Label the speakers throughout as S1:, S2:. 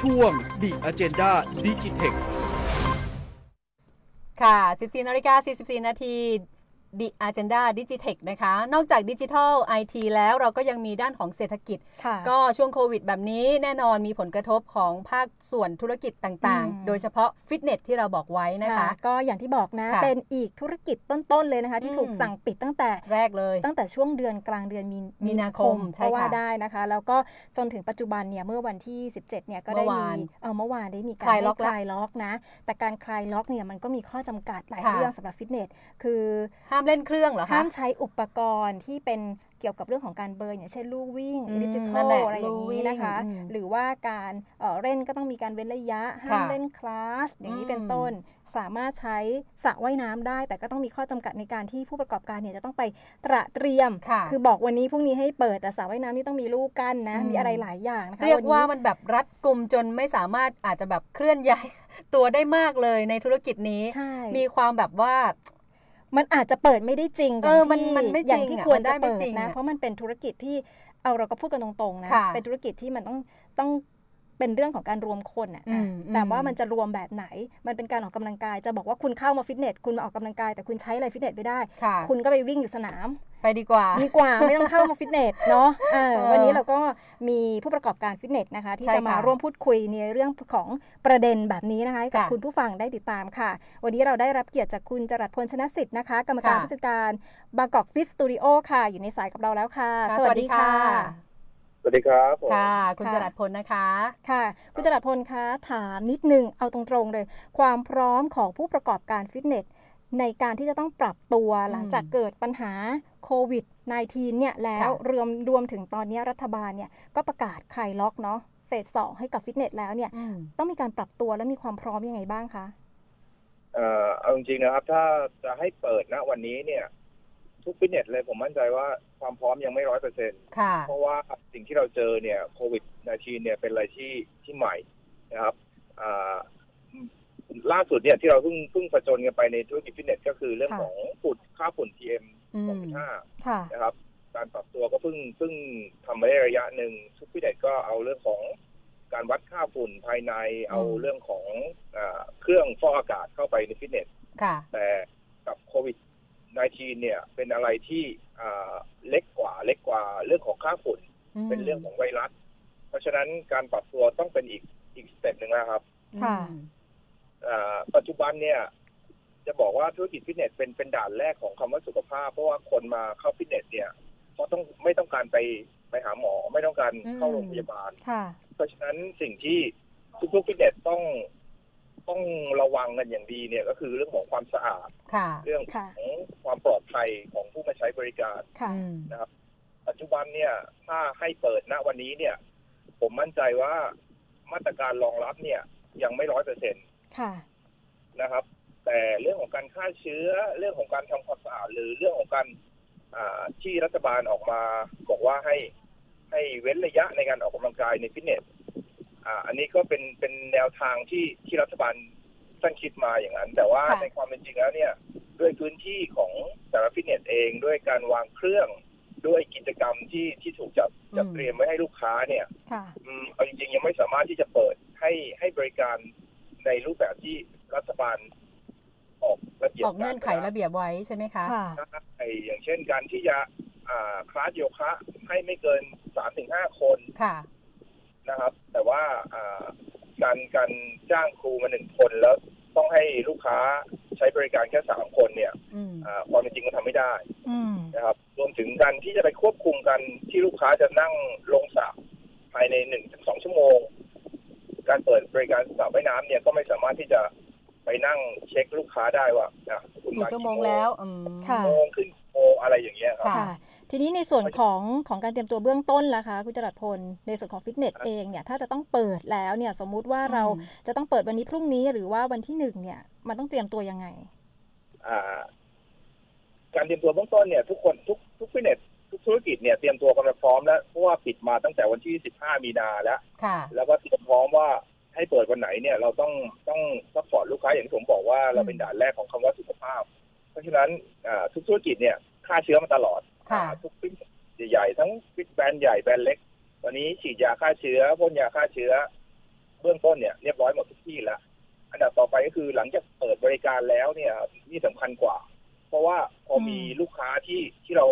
S1: ช่วงดีอเจนดาดิจิเทค
S2: ค่ะ 14นาฬิกา44 นาทีดิอาเจนดาดิจิเทคนะคะ นอกจากดิจิทัลไอทีแล้วเราก็ยังมีด้านของเศรษฐกิจ
S3: ค่ะ
S2: ก็ช่วงโควิดแบบนี้แน่นอนมีผลกระทบของภาคส่วนธุรกิจต่าง
S3: อืม
S2: ๆ โดยเฉพาะฟิตเนสที่เราบอกไว้นะคะ
S3: ก็อย่างที่บอกนะ
S2: ค่ะ
S3: เป็นอีกธุรกิจต้น ๆ เลยนะคะ ที่
S2: อืม
S3: ถูกสั่งปิดตั้งแต่
S2: แรกเลย
S3: ตั้งแต่ช่วงเดือนกลางเดือนมี
S2: มีนาคมใช่
S3: ก็ว่า
S2: ค่ะ
S3: ได้นะคะ แล้วก็จนถึงปัจจุบันเนี่ยเมื่อวันที่ 17เนี่ยก็ได้มีเออเมื่อวานได้มีการ
S2: คลายล็อก
S3: ให้คลายล็อกนะ แต่การคลายล็อกเนี่ยมันก็มีข้อจำกัดหลาย
S2: ค่ะ
S3: เรื่องสำหรับฟิตเนสคือ
S2: ห้ามเล่นเครื่องเหรอคะ
S3: ห้ามใช้อุปกรณ์ที่เป็นเกี่ยวกับเรื่องของการเบิร์นอย่างเช่นลู่วิ่ง
S2: อืม
S3: อิเล็กทริค
S2: นั่นแหละ
S3: อะไรอย่าง
S2: ลู่วิ่
S3: นี้
S2: ง
S3: นะคะ
S2: อืม
S3: หรือว่าการเอ่อเล่นก็ต้องมีการเว้นระยะห้าม
S2: ค่ะ
S3: เล่นคลาสอย่างนี้เป็น
S2: อืม
S3: ต้น สามารถใช้สระว่ายน้ำได้ แต่ก็ต้องมีข้อจำกัดในการที่ผู้ประกอบการเนี่ยจะต้องไปตระเตรียม
S2: ค่ะ
S3: คือบอกวันนี้พรุ่งนี้ให้เปิดแต่สระว่ายน้ำนี่ต้องมีลูกกั้นนะ
S2: อืม
S3: มีอะไรหลายอย่างนะคะ
S2: เรียก
S3: นนี้
S2: ว่ามันแบบรัดกลุ่มจนไม่สามารถอาจจะแบบเคลื่อนย้าย ตัวได้มากเลยในธุรกิจนี้
S3: ใช่
S2: มีความแบบว่า
S3: มันอาจจะเปิดไม่ได้จริง
S2: เออมันมันไม่จริง
S3: อย่างที่
S2: อะ
S3: ควร
S2: มันได้
S3: จะ
S2: ไม่
S3: เปิด
S2: จริง
S3: นะ
S2: อะ
S3: เพราะมันเป็นธุรกิจที่เอาเราก็พูดกันตรงๆนะ
S2: ค่ะ
S3: เป็นธุรกิจที่มันต้องต้องเป็นเรื่องของการรวมคนอะ
S2: อื
S3: นะ
S2: มอืม
S3: แต่ว่ามันจะรวมแบบไหน มันเป็นการออกกำลังกายจะบอกว่าคุณเข้ามาฟิตเนสคุณมาออกกำลังกายแต่คุณใช้อะไรฟิตเนสไม่ได้
S2: ค่ะ
S3: คุณก็ไปวิ่งอยู่สนาม
S2: ไปดีกว่า
S3: ดีกว่า ไม่ต้องเข้ามาฟิตเนสเนาะเออ
S2: เออ
S3: วันนี้เราก็มีผู้ประกอบการฟิตเนสนะคะ ที่
S2: ใช่
S3: จะมา
S2: ค่ะ
S3: ร่วมพูดคุยในเรื่องของประเด็นแบบนี้นะคะให้กับ
S2: ค่ะ
S3: คุณผู้ฟังได้ติดตามค่ะ วันนี้เราได้รับเกียรติจากคุณจรัสพลชนะสิทธิ์นะคะ กรรมการ
S2: ค่ะ
S3: ผู้จัดการบางกอกฟิตสตูดิโอค่ะ อยู่ในสายกับเราแล้วค่ะ
S2: ค่ะ
S4: สวัสดีครับผม
S2: ค่ะ คุณจรัสพลนะคะ
S3: ค่ะ คุณจรัสพลคะถามนิดนึงเอาตรงๆเลย ความพร้อมของผู้ประกอบการฟิตเนส ในการที่จะต้องปรับตัวหลังจากเกิดปัญหาโควิด -19 เนี่ยแล้ว
S2: ค่ะ
S3: รวมรวมถึงตอนนี้รัฐบาลเนี่ยก็ประกาศคลายล็อกเนาะเฟสสองให้กับฟิตเนสแล้วเนี่ย
S2: อืม
S3: ต้องมีการปรับตัวและมีความพร้อมยังไงบ้างคะ
S4: เอ่อเอาจริงๆนะครับ ถ้าจะให้เปิดนะวันนี้เนี่ย ทุกฟิตเนสเลยผมมั่นใจว่าความพร้อมยังไม่ร้อยเปอร์เซ็น
S2: ค่ะ
S4: เพราะว่าสิ่งที่เราเจอเนี่ยโควิด19เนี่ยเป็นอะไรที่ที่ใหม่นะครับอ่าล่าสุดเนี่ยที่เราเพิ่งเพิ่งประจนกันไปในธุรกิจฟิตเนสก็คือเรื่อง
S3: ค่ะ
S4: ของฝุ่นค่าฝุ่น PM
S2: อืม
S4: 2.5
S3: ค่ะ
S4: นะครับการปรับตัวก็เพิ่งเพิ่งทำมาได้ระยะหนึ่งทุกฟิตเนสก็เอาเรื่องของการวัดค่าฝุ่นภายใน เอาเรื่องของอาเครื่องฟอกอากาศเข้าไปในฟิตเนส
S2: ค่ะ
S4: แต่กับโควิด -19 เนี่ยเป็นอะไรที่อ่าเล็กกว่าเล็กกว่าเรื่องของค่าฝุ่น
S2: ม
S4: เป็นเรื่องของไวรัส เพราะฉะนั้นการปรับตัวต้องเป็นอีกอีกสเต็ปหนึ่งนะครับ
S3: ค่ะ
S2: อืม
S4: อ่าปัจจุบันเนี่ยจะบอกว่าธุรกิจฟิตเนสเป็นเป็นด่านแรกของคำว่าสุขภาพ เพราะว่าคนมาเข้าฟิตเนสเนี่ยเขาต้องไม่ต้องการไปไปหาหมอ ไม่ต้องการ
S2: อืม
S4: เข้าโรงพยาบาล
S3: ค่ะ
S4: เพราะฉะนั้นสิ่งที่ทุกๆฟิตเนสต้องต้องระวังกันอย่างดีเนี่ยก็คือเรื่องของความสะอาด
S2: ค่ะ
S4: เรื่อง
S3: ค่ะ
S4: ของความปลอดภัยของผู้มาใช้บริการ
S3: ค่ะ
S2: อืม
S4: ปัจจุบันเนี่ยถ้าให้เปิดณวันนี้เนี่ย ผมมั่นใจว่ามาตรการรองรับเนี่ยยังไม่ร้อยเปอร์เซ็น
S3: ค่ะ
S4: นะครับ แต่เรื่องของการฆ่าเชื้อเรื่องของการทำความสะอาดหรือเรื่องของการอ่าที่รัฐบาลออกมาบอกว่าให้ให้เว้นระยะในการออกกำลังกายในฟิตเนสอ่าอันนี้ก็เป็นเป็นแนวทางที่ที่รัฐบาลตั้งคิดมาอย่างนั้น แต่ว่า
S3: ค่ะ
S4: ในความเป็นจริงแล้วเนี่ย ด้วยพื้นที่ของแต่ละฟิตเนสเองด้วยการวางเครื่องด้วยกิจกรรมที่ที่ถูกจัดจัด
S2: อืม
S4: เตรียมไว้ให้ลูกค้าเนี่ย
S3: ค่ะ
S4: อืมเอาจริงๆ ยังไม่สามารถที่จะเปิดให้ให้บริการในรูปแบบที่รัฐบาลออกระเบียบ
S2: ออกเงื่อนไขระเบียบไว้ใช่ไหมคะ
S3: ค่ะ
S4: ไออย่างเช่นการที่จะอ่าคลาสโยคะให้ไม่เกินสามถึงห้าคน
S2: ค่ะ
S4: นะครับ แต่ว่าอ่าการการจ้างครูมาหนึ่งคนแล้วต้องให้ลูกค้าใช้บริการแค่สามคนเนี่ย
S2: อืม
S4: อ่าความเป็นจริงมันทำไม่ได้
S3: อืม
S4: นะครับ รวมถึงการที่จะไปควบคุมกันที่ลูกค้าจะนั่งลงสระภายในหนึ่งถึงสองชั่วโมง การเปิดบริการสระว่ายน้ำเนี่ยก็ไม่สามารถที่จะไปนั่งเช็คลูกค้าได้ว่าอ่ะคุณ
S2: กี่
S4: มา
S2: ชั่วโมงแล้วอืม
S3: ค่ะ
S4: กี่โมงขึ้นกี่โมงอะไรอย่างเงี้ยครับ
S2: ค่ะ
S3: ค่ะ ทีนี้ในส่วนของของการเตรียมตัวเบื้องต้นล่ะคะคุณจรัสพล ในส่วนของฟิตเนสเองเนี่ยถ้าจะต้องเปิดแล้วเนี่ยสมมุติว่าเรา
S2: อืม
S3: จะต้องเปิดวันนี้พรุ่งนี้หรือว่าวันที่หนึ่งเนี่ยมันต้องเตรียมตัวยังไง
S4: อ่า การเตรียมตัวเบื้องต้นเนี่ย ทุกคนทุกทุกฟิตเนสทุกธุรกิจเนี่ยเตรียมตัวกันมาพร้อมแล้วเพราะว่าปิดมาตั้งแต่วันที่สิบห้ามีนาแล้ว
S2: ค่ะ
S4: แล้วก็เตรียมพร้อมว่าให้เปิดวันไหนเนี่ยเราต้องต้องซัพพอร์ตลูกค้าอย่างที่ผมบอกว่าเราเป็นด่านแรกของคำว่าสุขภาพ เพราะฉะนั้นอ่าทุกธุรกิจเนี่ยฆ่าเชื้อมาตลอด
S2: ค่ะ
S4: อ่าทุกฟิตใหญ่ๆทั้งฟิตแบรนด์ใหญ่แบรนด์เล็ก วันนี้ฉีดยาฆ่าเชื้อพ่นยาฆ่าเชื้อ เบื้องต้นเนี่ยเรียบร้อยหมดทุกที่แล้ว อันดับต่อไปก็คือหลังจากเปิดบริการแล้วเนี่ยนี่สำคัญกว่า เพราะว่าพอมี
S2: อืม
S4: ลูกค้าที่ที่เรา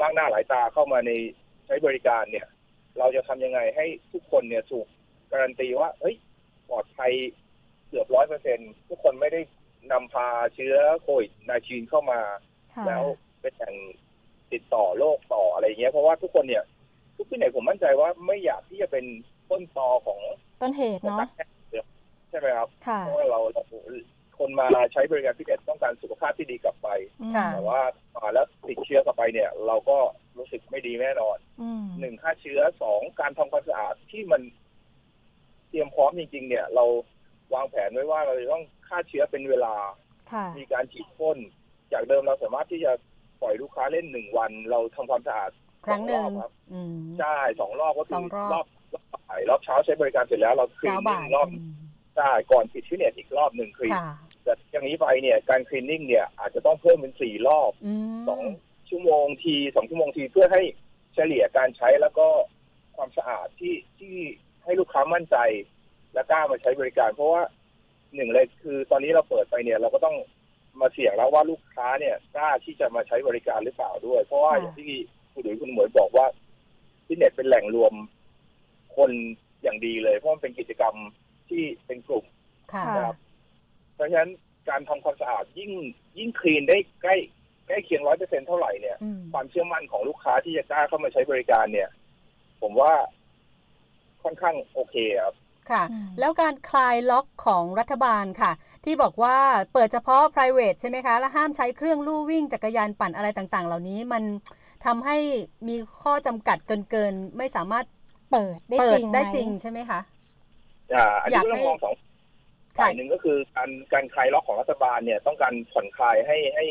S4: มากหน้าหลายตาเข้ามาในใช้บริการเนี่ย เราจะทำยังไงให้ทุกคนเนี่ยถูกการันตีว่าเฮ้ยปลอดภัยเกือบร้อยเปอร์เซ็นทุกคนไม่ได้นำพาเชื้อโควิดนาชีนเข้ามา
S3: ค่ะ
S4: แล้วเป็นอย่างติดต่อโรคต่ออะไรเงี้ยเพราะว่าทุกคนเนี่ยทุกที่ไหนผมมั่นใจว่าไม่อยากที่จะเป็นต้นตอของ
S3: ต้นเหตุ
S4: ของ
S3: เนาะ
S4: การแพร่ติดเชื้อใช่ไหมครับ
S3: ค่ะ
S4: เพราะว่าเราเราคนมาใช้บริการพิเศษต้องการสุขภาพที่ดีกลับไป
S3: อืม
S2: ค่ะ
S4: แต่ว่ามาแล้วติดเชื้อกลับไปเนี่ย เราก็รู้สึกไม่ดีแน่นอน
S3: อืม
S4: หนึ่งฆ่าเชื้อสองการทำความสะอาดที่มันเตรียมพร้อมจริง ๆ เนี่ย เราวางแผนไว้ว่าเราจะต้องฆ่าเชื้อเป็นเวลา
S3: ค่ะ
S4: มีการฉีดพ่นจากเดิมเราสามารถที่จะปล่อยลูกค้าเล่นหนึ่งวัน เราทำความสะอาด
S2: ครั้งหนึ่ง
S4: สออบครับ
S2: อืม
S4: ใช่สองรอบก็คื
S2: สองรอบ
S4: รอบรอบบ่ายรอบเช้าใช้บริการเสร็จแล้วเราคลีน
S2: เช้า
S4: นิ่
S2: บ่าง ย
S4: รอบ
S2: อืม
S4: ใช่ก่อนปิดฟิตเนสอีกรอบหนึ่งคลีน
S2: ค่ะ
S4: แต่อย่างนี้ไปเนี่ยการคลีนนิ่งเนี่ยอาจจะต้องเพิ่มเป็นสี่รอบ
S2: อืม
S4: สองชั่วโมงทีสองชั่วโมงทีเพื่อให้เฉลี่ยการใช้แล้วก็ความสะอาดที่ที่ให้ลูกค้ามั่นใจ และกล้ามาใช้บริการ เพราะว่าหนึ่งเลยคือตอนนี้เราเปิดไปเนี่ย เราก็ต้องมาเสี่ยงแล้วว่าลูกค้าเนี่ยกล้าที่จะมาใช้บริการหรือเปล่าด้วย เพราะว่า
S2: ค่ะ
S4: อย่างที่คุณหลุยคุณหมวยบอกว่าฟิตเนสเป็นแหล่งรวมคนอย่างดีเลย เพราะมันเป็นกิจกรรมที่เป็นกลุ่ม
S2: ค่ะ
S3: ค่ะ
S4: นะครับ เพราะฉะนั้นการทำความสะอาดยิ่งยิ่งคลีนได้ใกล้ใกล้เคียงร้อยเปอร์เซ็นเท่าไหร่เนี่ย
S2: อืม
S4: ความเชื่อมั่นของลูกค้าที่จะกล้าเข้ามาใช้บริการเนี่ย ผมว่าค่อนข้างโอเคครับ
S2: ค่ะ
S3: อืม
S2: แล้วการคลายล็อกของรัฐบาลค่ะ ที่บอกว่าเปิดเฉพาะ private ใช่ไหมคะ และห้ามใช้เครื่องลู่วิ่งจักรยานปั่นอะไรต่างๆ เหล่านี้มันทำให้มีข้อจำกัดเกินเกินๆไม่สามารถ
S3: เปิดได้
S2: เปิ
S3: จ
S2: ด
S3: ริง
S2: ได้
S3: หม
S2: จริงใช่ไหมคะ
S4: อ่าอันนี้
S2: อยาก
S4: ก็ต้อ
S2: ให้
S4: งมองสอง
S2: ค่ะ
S4: ฝ่ายหนึ่งก็คือการการคลายล็อกของรัฐบาลเนี่ย ต้องการผ่อนคลายให้ให้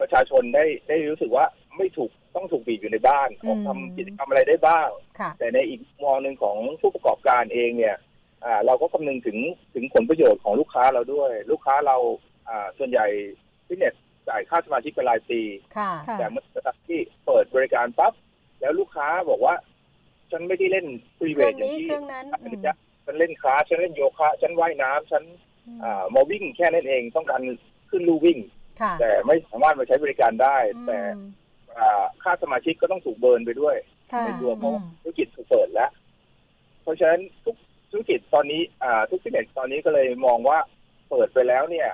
S4: ประชาชนได้ได้รู้สึกว่าไม่ถูกต้องถูกบีบอยู่ในบ้านออกทำกิจกรรมอะไรได้บ้าง
S2: ค่ะ
S4: แต่ในอีกมองหนึ่งของผู้ประกอบการเองเนี่ยอ่าเราก็คำนึงถึงถึงผลประโยชน์ของลูกค้าเราด้วย ลูกค้าเราอ่าส่วนใหญ่ฟิตเนสจ่ายค่าสมาชิกเป็นรายปี
S2: ค่ะ
S3: ค่ะ
S4: แต่เมื่อที่เปิดบริการปั๊บแล้วลูกค้าบอกว่า ฉันไม่ได้เล่นฟรี
S2: เค
S4: เว
S2: รื่อ
S4: ท
S2: ง
S4: อย่าง
S2: นี้
S4: ที่
S2: เครื่องนั้นอืม
S4: ฉันเล่นคลาสฉันเล่นโยคะฉันว่ายน้ำฉันอ่ามาวิ่งแค่นั้นเองต้องการขึ้นลู่วิ่ง
S2: ค่ะ
S4: แต่ไม่สามารถมาใช้บริการได้ แต่
S2: อืม
S4: อ่าค่าสมาชิกก็ต้องถูกเบิร์นไปด้วย
S3: ค่ะ
S4: ในตัวเพราะว่า
S3: อืม
S4: ธุรกิจถูกเปิดแล้ว เพราะฉะนั้นทุกธุรกิจตอนนี้อ่าทุกฟิตเนสตอนนี้ก็เลยมองว่าเปิดไปแล้วเนี่ย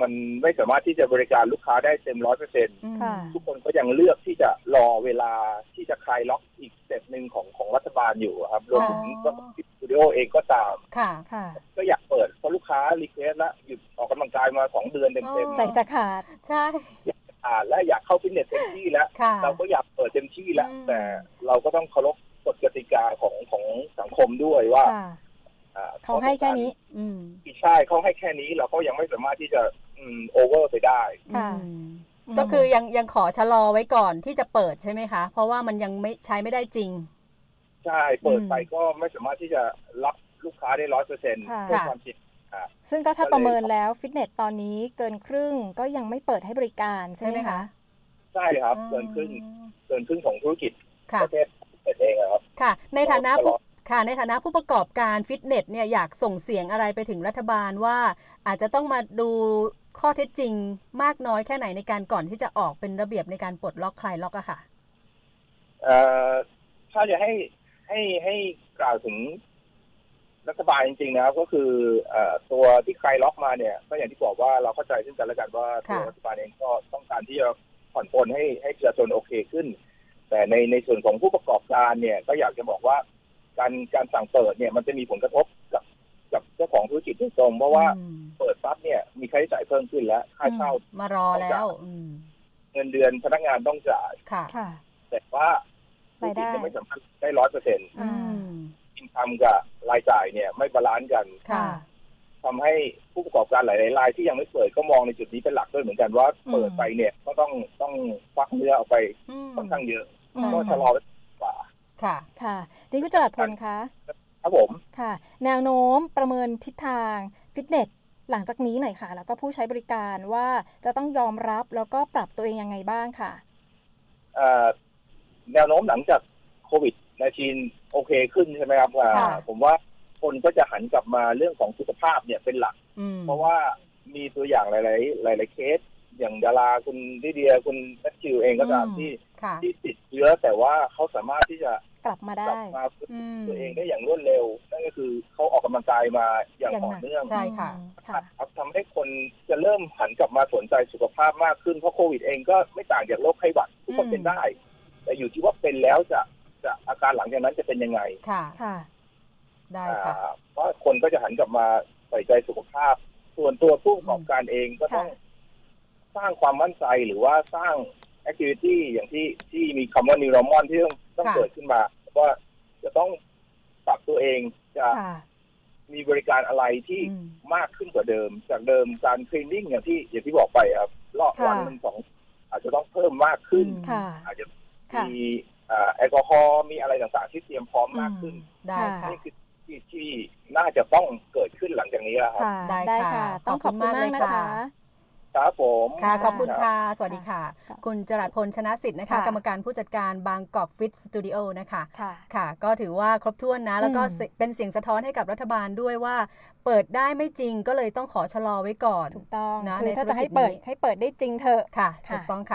S4: มันไม่สามารถที่จะบริการลูกค้าได้เต็มร้อยเปอร์เซ็น
S2: อืม
S3: ค่ะ
S4: ทุกคนก็ยังเลือกที่จะรอเวลาที่จะคลายล็อกอีกสเต็ปหนึ่งของของรัฐบาลอยู่ครับรวมถึงก็สตูดิโอเองก็ตาม
S2: ค่ะ
S3: ค่ะ
S4: ก็อยากเปิดเพราะลูกค้ารีเควสแล้วหยุดออกกำลังกายมาสองเดือนเต็ม
S2: อ๋อ
S3: ใจจะขาด
S2: ใช่
S4: ๆอ่าและอยากเข้าฟิตเนสเต็มที่แล้ว
S2: ค่ะ
S4: เราก็อยากเปิดเต็มที่แล้ว
S2: อืม
S4: แต่เราก็ต้องเคารพกฎกติกาของของสังคมด้วยว่า
S3: ค่ะ
S4: อ่
S3: เขาให้แค่นี้
S2: อืม
S4: ใช่เขาให้แค่นี้เราก็ยังไม่สามารถที่จะโอเวอร์ไปได้
S3: ค่ะ
S2: อืมก็คือยังยังขอชะลอไว้ก่อนที่จะเปิดใช่ไหมคะ เพราะว่ามันยังไม่ใช้ไม่ได้จริง
S4: ใช่เปิด
S2: อืม
S4: ไปก็ไม่สามารถที่จะรับลูกค้าได้ร้อยเปอร์เซ็นต์
S3: ค่ะ
S4: เพื่อความจริง
S3: ซึ่งก็ถ้า
S4: ก็เลย
S3: ประเมินแล้วฟิตเนสตอนนี้เกินครึ่งก็ยังไม่เปิดให้บริการใช่ไหมคะ
S4: ใช่ครับเกินครึ่งเกินครึ่งของธุรกิจ
S2: ค่ะ
S4: ประเทศเองอะครับ
S2: ค่ะ ในฐานะ
S4: ตล
S2: ผู้
S4: อด
S2: ค่ะ ในฐานะผู้ประกอบการฟิตเนสเนี่ยอยากส่งเสียงอะไรไปถึงรัฐบาลว่า อาจจะต้องมาดูข้อเท็จจริงมากน้อยแค่ไหนในการก่อนที่จะออกเป็นระเบียบในการปลดล็อกคลายล็อกอะค่ะ
S4: เอ่อถ้าจะให้ให้ให้กล่าวถึงรัฐบาลจริงๆนะครับ ก็คือเอ่อตัวที่ใครล็อกมาเนี่ย ก็อย่างที่บอกว่าเราเข้าใจซึ่งกันและกันว่า
S2: ค่ะ
S4: ตัวรัฐบาลเองก็ต้องการที่จะผ่อนปลนให้ให้ประชาชนโอเคขึ้น แต่ในในส่วนของผู้ประกอบการเนี่ย ก็อยากจะบอกว่าการการสั่งเปิดเนี่ย มันจะมีผลกระทบกับกับเจ้าของธุรกิจโดยตรงเพราะว่า
S2: อืม
S4: เปิดปั๊บเนี่ยมีค่าใช้จ่ายเพิ่มขึ้นแล้วค่าเช่าม
S2: ารอแล้วอืม
S4: เงินเดือนพนักงานต้องจ่าย
S2: ค่ะ
S3: ค่ะ
S4: แต่ว่าธุร
S3: รายได้
S4: กิจยังไม่สามารถได้ร้อยเปอร์เซ็นต์
S2: อืม
S4: อินคัมกับรายจ่ายเนี่ยไม่บาลานซ์กัน
S2: ค่ะ
S4: ทำให้ผู้ประกอบการหลายๆรายที่ยังไม่เปิดก็มองในจุดนี้เป็นหลักด้วยเหมือนกันว่า
S3: อืม
S4: เปิดไปเนี่ยก็ต้องต้องควักเนื้อออกไป
S2: อืม
S4: ค่อนข้างเยอะ
S3: อืม
S4: ก็ชะลอไว้ดีกว่า
S2: ค่ะ
S3: ค่ะนี่คุณจรัสพลคะ
S4: ครับผม
S3: ค่ะ แนวโน้มประเมินทิศทางฟิตเนสหลังจากนี้หน่อยค่ะ แล้วก็ผู้ใช้บริการว่าจะต้องยอมรับแล้วก็ปรับตัวเองยังไงบ้างค่ะ
S4: เอ่อแนวโน้มหลังจากโควิดในจีนโอเคขึ้นใช่ไหมครับอ่า
S2: ค่ะ
S4: ผมว่าโค คนก็จะหันกลับมาเรื่องของสุขภาพเนี่ยเป็นหลัก
S2: อืม
S4: เพราะว่ามีตัวอย่างหลาย ๆ หลาย ๆ เคส อย่างดาราคุณลิเดียคุณนัทคิวเองก็ตามที่
S2: ค่ะ
S4: ที่ติดเชื้อแต่ว่าเขาสามารถที่จะ
S3: กลับมาก
S4: ลั
S3: ได้
S4: บมาฝึก
S2: อืม
S4: ตัวเองได้อย่างรวดเร็ว นั่นก็คือเขาออกกำลังกายมาอย่าง
S3: อย่าง
S4: ต่อ
S3: หนัก
S4: เนื่อง
S2: ใช่ค่ะ
S3: อืม
S4: ค
S3: ค่ะ
S4: รับทำให้คนจะเริ่มหันกลับมาสนใจสุขภาพมากขึ้นเพราะโควิดเองก็ไม่ต่างจากโรคไข้หวัดทุกคน
S2: อืม
S4: เป็นได้ แต่อยู่ที่ว่าเป็นแล้วจะจะอาการหลังจากนั้นจะเป็นยังไง
S2: ค่ะ
S3: ค่ะ
S2: ได้
S4: อ่า
S2: ค่ะ
S4: เพราะคนก็จะหันกลับมาใส่ใจสุขภาพ ส่วนตัวผู้ประกอบการเองก็ต้อง สร้างความมั่นใจหรือว่าสร้างแอคทิวิตี้อย่างที่ที่มีคำว่านิรมอนที่ต้องต้อง
S2: ค่ะ
S4: เกิดขึ้นมาว่าจะต้องปรับตัวเองจะ
S3: ค่ะ
S4: มีบริการอะไรที่
S2: อืม
S4: มากขึ้นกว่าเดิม จากเดิมการคลีนนิ่งอย่างที่อย่างที่บอกไปครับรอบวัน
S3: ค่ะ
S4: มันสองอาจจะต้องเพิ่มมากขึ้น
S2: อืม
S3: ค่ะ
S4: อาจจะ
S3: ค่ะ
S4: มีเอ่อแอลกอฮอล์มีอะไรต่างๆ ที่เตรียมพร้อมมากขึ้น
S2: ได้ค่ะ
S4: นี่คือที่ที่น่าจะต้องเกิดขึ้นหลังจากนี้แล้วครับ
S3: ค่ะ
S2: ได้ค่ะ
S3: ได้ค่ะ ต้อง
S2: ข
S3: ข
S2: อ
S3: อ
S2: บบ คุ
S3: คุณ
S2: มามเลย
S3: ณาก กนะ
S2: ค่ะ
S3: คะ
S4: ครับผม
S2: ค่ะข
S3: ค่ะ
S2: อบคุณค่ะ สวัสดีค่ะ
S3: ค่ะ
S2: คุณจรัสพลชนะสิทธิ์นะคะ
S3: ค่ะ
S2: กรรมการผู้จัดการบางกอกฟิตสตูดิโอนะคะ
S3: ค่ะ
S2: ค่ะ ก็ถือว่าครบถ้วนนะ แล้วก็
S3: อืม
S2: เสเป็นเสียงสะท้อนให้กับรัฐบาลด้วยว่า เปิดได้ไม่จริงก็เลยต้องขอชะลอไว้ก่อน
S3: ถูกต้อง
S2: นะ
S3: คือ
S2: ใน
S3: ถ้าจะให้
S2: ธุรกิจนี้
S3: เปิดให้เปิดได้จริงเถอะ
S2: ค่ะ
S3: ค่ะ
S2: ถูกต้องค่ะ